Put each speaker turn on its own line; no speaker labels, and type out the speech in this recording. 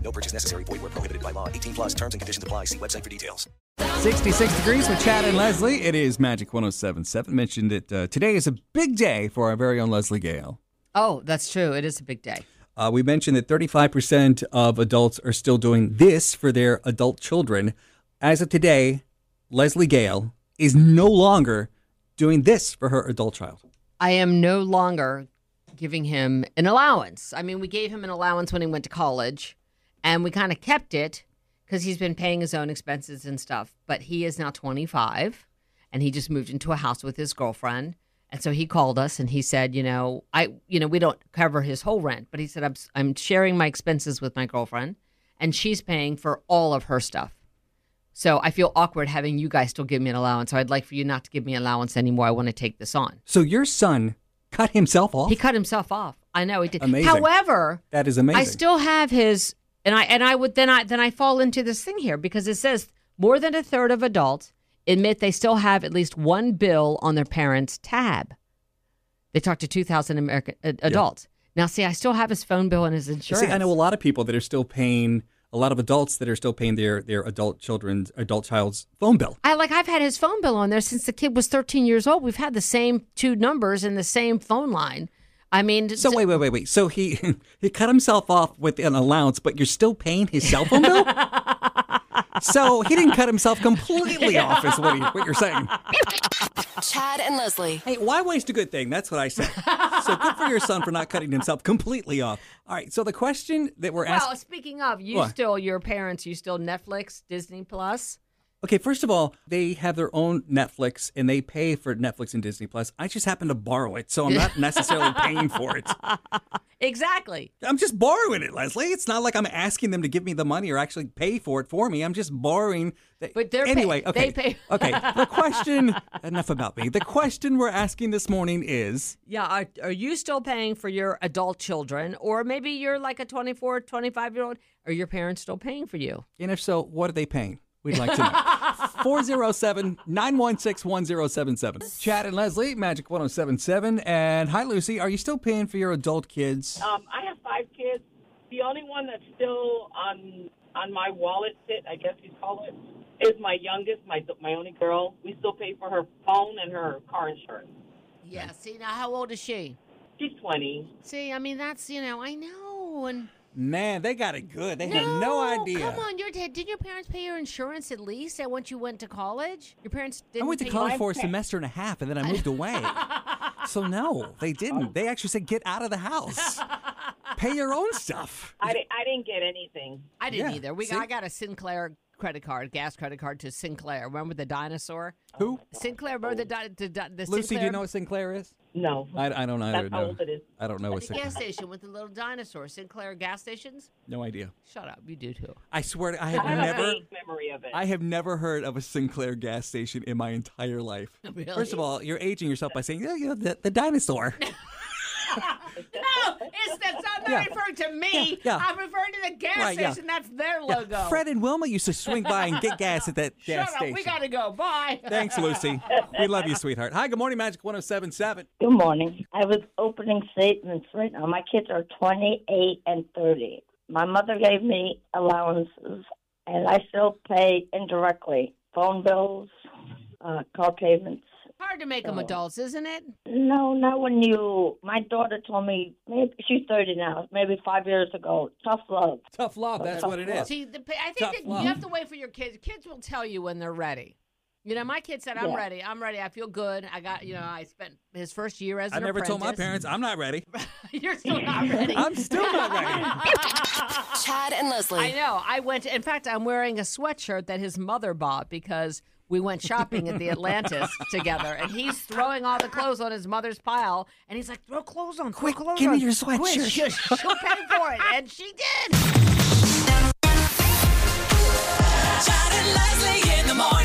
No purchase necessary. Void where prohibited by law. 18 plus terms and conditions apply. See website for details.
66 degrees with Chad and Leslie. It is Magic 1077. Mentioned that uh, today is a big day for our very own Leslie Gale.
Oh, that's true. It is a big day.
Uh, we mentioned that 35% of adults are still doing this for their adult children. As of today, Leslie Gale is no longer doing this for her adult child.
I am no longer giving him an allowance. I mean, we gave him an allowance when he went to college, and we kind of kept it because he's been paying his own expenses and stuff. But he is now 25, and he just moved into a house with his girlfriend. And so he called us and he said, you know, I, you know, we don't cover his whole rent, but he said, I'm, I'm sharing my expenses with my girlfriend, and she's paying for all of her stuff. So I feel awkward having you guys still give me an allowance. So I'd like for you not to give me an allowance anymore. I want to take this on.
So your son cut himself off?
He cut himself off. I know he did.
Amazing.
However,
that is amazing.
I still have his, and I and I would then I then I fall into this thing here because it says more than a third of adults admit they still have at least one bill on their parents' tab. They talked to two thousand American uh, adults. Now, see, I still have his phone bill and his insurance.
See, I know a lot of people that are still paying, a lot of adults that are still paying their, their adult children's, adult child's phone bill.
I like I've had his phone bill on there since the kid was 13 years old. We've had the same two numbers and the same phone line. I mean,
So wait, wait, wait, wait. So he he cut himself off with an allowance, but you're still paying his cell phone bill. so he didn't cut himself completely off, is what, he, what you're saying.
Chad and Leslie.
Hey, why waste a good thing? That's what I say. So good for your son for not cutting himself completely off. All right. So the question that we're
well,
asking.
speaking of, you
What?
still your parents, you still Netflix, Disney Plus.
Okay, first of all, they have their own Netflix and they pay for Netflix and Disney Plus. I just happen to borrow it, so I'm not necessarily paying for it.
Exactly.
I'm just borrowing it, Leslie. It's not like I'm asking them to give me the money or actually pay for it for me. I'm just borrowing. The...
But they're pay-
anyway.
they
okay.
pay-
okay. The question. Enough about me. The question we're asking this morning is:
Yeah, are, are you still paying for your adult children or maybe you're like a 24, 25-year-old are your parents still paying for you?
And if so, what are they paying? We'd like to know. 407 916 1077. Chad and Leslie, Magic 1077. And hi, Lucy. Are you still paying for your adult kids?
Uh,
Um, I have five kids. The only one that's still on on my wallet sit, I guess you'd call it, is my youngest, my my only girl. We still pay for her phone and her car insurance.
Yeah, see now how old is she?
She's twenty.
See, I mean that's, you know, I know and
Man, they got it good. They had no idea.
Come on, your dad. Didn't your parents pay your insurance at least? And once you went to college, your parents
I
didn't.
went to
pay-
college for a semester and a half and then I moved away. so no, they
Oh.
didn't. They actually said get out of the house. Pay your own stuff.
I, di- I didn't get anything.
I didn't
Yeah,
either. We
see?
I got a Sinclair credit card, gas credit card to Sinclair. Remember the dinosaur?
Who?
Sinclair, remember the, di- the, di- the
Lucy,
Sinclair
do you know what Sinclair is?
No.
I, I don't either
That's how
know.
old it is.
I don't know what
the
Sinclair
gas station with the little dinosaur? Sinclair gas stations?
No idea.
Shut up, you do too.
I swear to, I
I
have
have
never
a vague memory of it.
I have never heard of a Sinclair gas station in my entire life. First of all, you're aging yourself by saying, yeah, you know, the, the dinosaur.
No, it's that's I'm not
Yeah.
referring to me.
Yeah, yeah.
I'm referring to the gas
Right, yeah.
station. That's their
Yeah,
logo.
Fred and Wilma used to swing by and get gas at that
Shut
gas
up,
station.
we gotta go. Bye.
Thanks, Lucy. We love you, sweetheart. Hi, good morning, Magic 1077.
Good morning. I was opening statements right now. My kids are 28 and 30. My mother gave me allowances, and I still pay indirectly phone bills, uh, car payments.
Hard to make
Oh.
them adults, isn't it?
No, not when you. My daughter told me maybe she's 30 now, maybe five years ago. Tough love.
Tough love, that's what it is.
See, the, pa- I
Tough
think that
love.
you have to wait for your kids. Kids will tell you when they're ready. You know, my kid said, "I'm
Yeah.
ready. I'm ready. I feel good. I got, you know, I spent his first year as
I
an
never told my
apprentice."
parents I'm not ready.
You're still not ready.
I'm still not ready.
Chad and Leslie.
I know. I went. In fact, I'm wearing a sweatshirt that his mother bought because we went shopping at the Atlantis together, and he's throwing all the clothes on his mother's pile, and he's like, "Throw clothes on, quick, clothes
give me
on.
your
Quick,
sweatshirt."
she- she'll pay for it," and she did.
Chad and Leslie in oh